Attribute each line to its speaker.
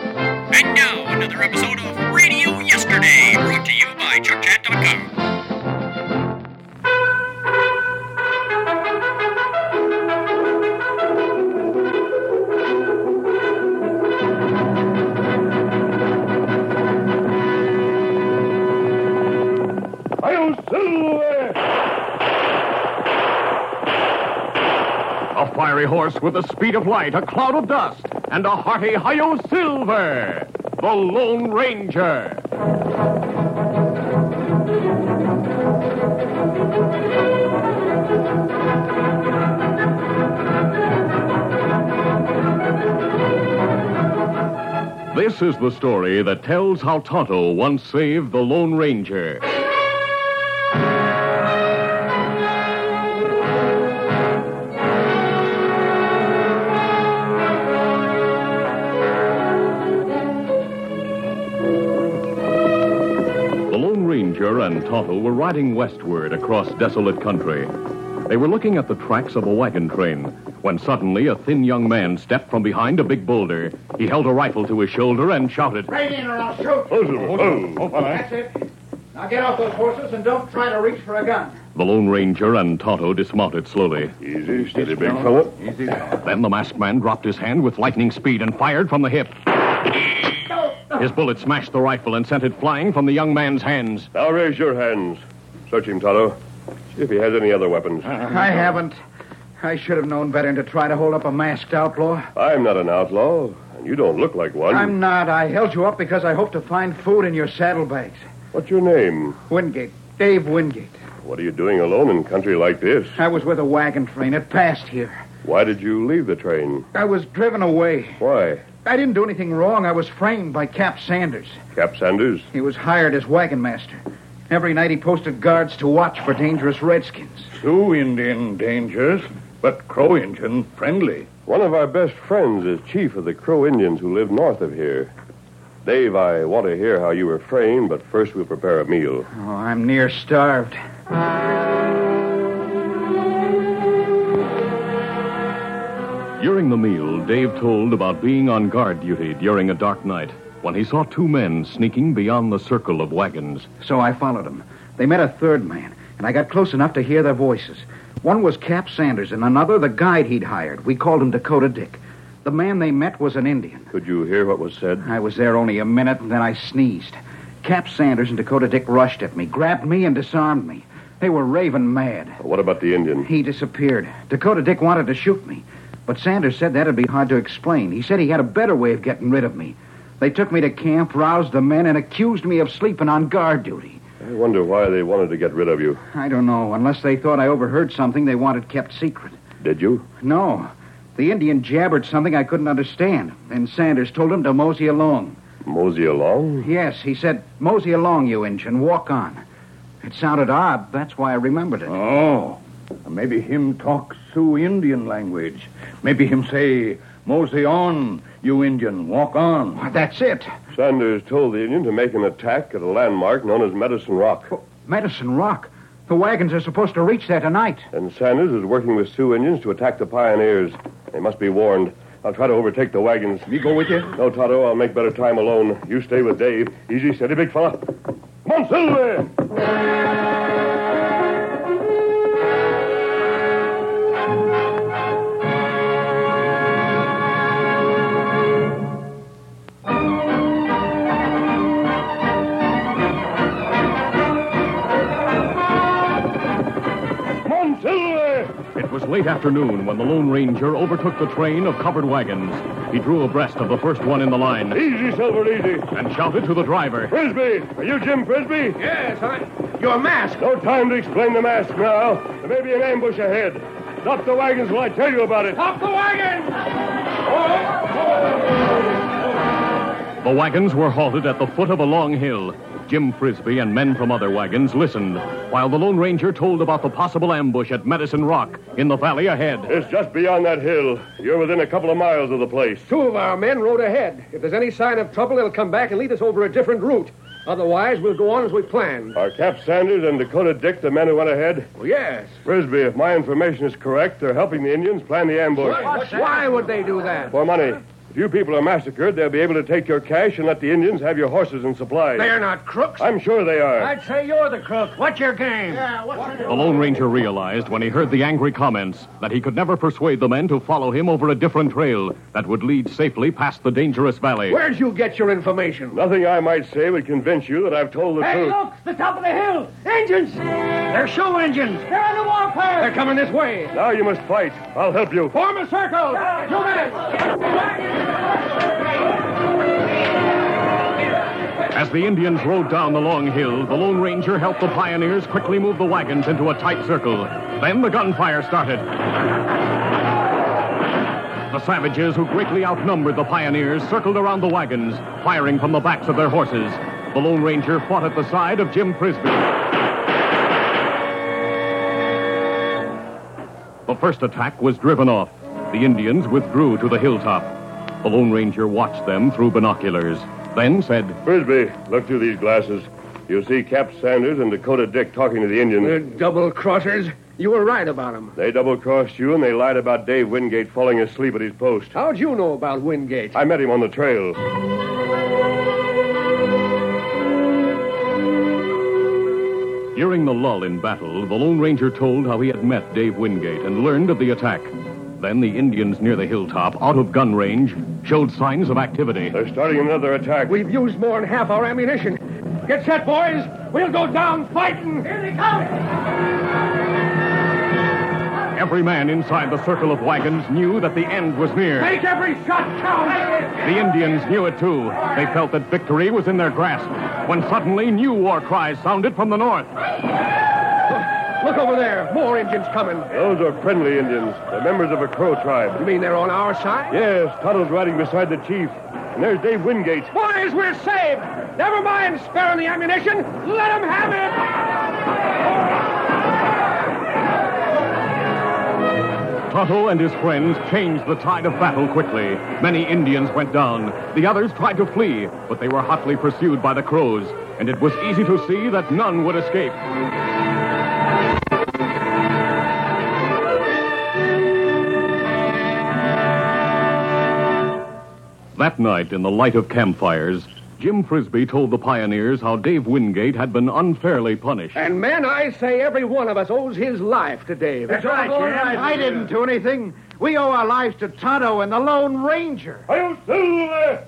Speaker 1: And now, another episode of Radio Yesterday, brought to you by ChuckChat.com.
Speaker 2: I'll silver!
Speaker 3: A fiery horse with the speed of light, a cloud of dust, and a hearty Hi-Yo Silver, the Lone Ranger. This is the story that tells how Tonto once saved the Lone Ranger. The Lone Ranger and Tonto were riding westward across desolate country. They were looking at the tracks of a wagon train when suddenly a thin young man stepped from behind a big boulder. He held a rifle to his shoulder and shouted,
Speaker 4: Right in or I'll shoot. That's it. Now get off those horses and don't try to reach for a gun.
Speaker 3: The Lone Ranger and Tonto dismounted slowly.
Speaker 2: Easy, steady, big fella.
Speaker 3: Then the masked man dropped his hand with lightning speed and fired from the hip. His bullet smashed the rifle and sent it flying from the young man's hands.
Speaker 2: Now raise your hands. Search him, Tonto. See if he has any other weapons.
Speaker 4: I haven't. I should have known better than to try to hold up a masked outlaw.
Speaker 2: I'm not an outlaw, and you don't look like one.
Speaker 4: I'm not. I held you up because I hoped to find food in your saddlebags.
Speaker 2: What's your name?
Speaker 4: Wingate. Dave Wingate.
Speaker 2: What are you doing alone in country like this?
Speaker 4: I was with a wagon train. It passed here.
Speaker 2: Why did you leave the train?
Speaker 4: I was driven away.
Speaker 2: Why?
Speaker 4: I didn't do anything wrong. I was framed by Cap Sanders.
Speaker 2: Cap Sanders?
Speaker 4: He was hired as wagon master. Every night he posted guards to watch for dangerous redskins.
Speaker 5: Sioux Indian dangerous, but Crow Indian friendly.
Speaker 2: One of our best friends is chief of the Crow Indians who live north of here. Dave, I want to hear how you were framed, but first we'll prepare a meal.
Speaker 4: Oh, I'm near starved.
Speaker 3: During the meal, Dave told about being on guard duty during a dark night when he saw two men sneaking beyond the circle of wagons.
Speaker 4: So I followed them. They met a third man, and I got close enough to hear their voices. One was Cap Sanders, and another the guide he'd hired. We called him Dakota Dick. The man they met was an Indian.
Speaker 2: Could you hear what was said?
Speaker 4: I was there only a minute, and then I sneezed. Cap Sanders and Dakota Dick rushed at me, grabbed me, and disarmed me. They were raving mad.
Speaker 2: What about the Indian?
Speaker 4: He disappeared. Dakota Dick wanted to shoot me, but Sanders said that'd be hard to explain. He said he had a better way of getting rid of me. They took me to camp, roused the men, and accused me of sleeping on guard duty.
Speaker 2: I wonder why they wanted to get rid of you.
Speaker 4: I don't know, unless they thought I overheard something they wanted kept secret.
Speaker 2: Did you?
Speaker 4: No. The Indian jabbered something I couldn't understand, and Sanders told him to mosey along.
Speaker 2: Mosey along?
Speaker 4: Yes, he said, mosey along, you Injun, walk on. It sounded odd, that's why I remembered it.
Speaker 5: Oh, maybe him talk Sioux Indian language. Maybe him say, Mosey on, you Indian, walk on.
Speaker 4: Why, That's it.
Speaker 2: Sanders told the Indian to make an attack at a landmark known as Medicine Rock.
Speaker 4: Medicine Rock. The wagons are supposed to reach there tonight.
Speaker 2: And Sanders is working with Sioux Indians to attack the pioneers. They must be warned. I'll try to overtake the wagons.
Speaker 5: Me go with you?
Speaker 2: No, Tonto, I'll make better time alone. You stay with Dave. Easy, steady, big fella. Come on, Silver! Come on, Silver!
Speaker 3: It was late afternoon when the Lone Ranger overtook the train of covered wagons. He drew abreast of the first one in the line
Speaker 2: Easy, Silver, easy.
Speaker 3: and shouted to the driver.
Speaker 2: Frisbee! Are you Jim Frisbee?
Speaker 5: Yes, I. Your mask.
Speaker 2: No time to explain the mask now. There may be an ambush ahead. Stop the wagons till I tell you about it.
Speaker 5: Up the wagon!
Speaker 3: The wagons were halted at the foot of a long hill. Jim Frisbee and men from other wagons listened while the Lone Ranger told about the possible ambush at Medicine Rock in the valley ahead.
Speaker 2: It's just beyond that hill. You're within a couple of miles of the place.
Speaker 6: Two of our men rode ahead. If there's any sign of trouble, they'll come back and lead us over a different route. Otherwise, we'll go on as we planned. Oh,
Speaker 2: Are Cap Sanders and Dakota Dick the men who went ahead?
Speaker 6: yes.
Speaker 2: Frisbee, if my information is correct, they're helping the Indians plan the ambush.
Speaker 6: Why would they do that?
Speaker 2: For money. If you people are massacred, they'll be able to take your cash and let the Indians have your horses and supplies.
Speaker 6: They're not crooks.
Speaker 2: I'm sure they are.
Speaker 6: say you're the crook. What's your game? Yeah, what's your
Speaker 3: The Lone Ranger realized when he heard the angry comments that he could never persuade the men to follow him over a different trail that would lead safely past the dangerous valley.
Speaker 6: Where'd you get your information?
Speaker 2: Nothing I might say would convince you that I've told the truth.
Speaker 6: The top of the hill! Engines! They're shoe engines! They're on the warpath! They're coming this way!
Speaker 2: Now you must fight. I'll help you.
Speaker 6: Form a circle! You
Speaker 3: As the Indians rode down the long hill, the Lone Ranger helped the pioneers quickly move the wagons into a tight circle. Then the gunfire started. The savages, who greatly outnumbered the pioneers, circled around the wagons, firing from the backs of their horses. The Lone Ranger fought at the side of Jim Frisbee. The first attack was driven off. The Indians withdrew to the hilltop. The Lone Ranger watched them through binoculars, then said,
Speaker 2: Frisbee, look through these glasses. You'll see Cap Sanders and Dakota Dick talking to the Indians.
Speaker 6: double crossers. You were right about them.
Speaker 2: They double crossed you and they lied about Dave Wingate falling asleep at his post.
Speaker 6: How'd you know about Wingate?
Speaker 2: I met him on the trail.
Speaker 3: During the lull in battle, the Lone Ranger told how he had met Dave Wingate and learned of the attack. Then the Indians near the hilltop, out of gun range, showed signs of activity.
Speaker 2: They're starting another attack.
Speaker 6: We've used more than half our ammunition. Get set, boys. We'll go down fighting. Here they come.
Speaker 3: Every man inside the circle of wagons knew that the end was near.
Speaker 6: Make every shot count.
Speaker 3: The Indians knew it too. They felt that victory was in their grasp when suddenly new war cries sounded from the north.
Speaker 6: Look over there. More engines coming.
Speaker 2: Those are friendly Indians. They're members of a Crow tribe.
Speaker 6: You mean they're on our side?
Speaker 2: Yes, Toddle's riding beside the chief. And there's Dave Wingate.
Speaker 6: Boys, we're saved. Never mind sparing the ammunition. Let 'em have it.
Speaker 3: Tuttle and his friends changed the tide of battle quickly. Many Indians went down. The others tried to flee, but they were hotly pursued by the Crows, and it was easy to see that none would escape. That night, in the light of campfires, Jim Frisbee told the pioneers how Dave Wingate had been unfairly punished.
Speaker 6: And men, I say every one of us owes his life to Dave. That's right,
Speaker 4: I didn't do anything. We owe our lives to Tonto and the Lone Ranger.
Speaker 2: I'll still there.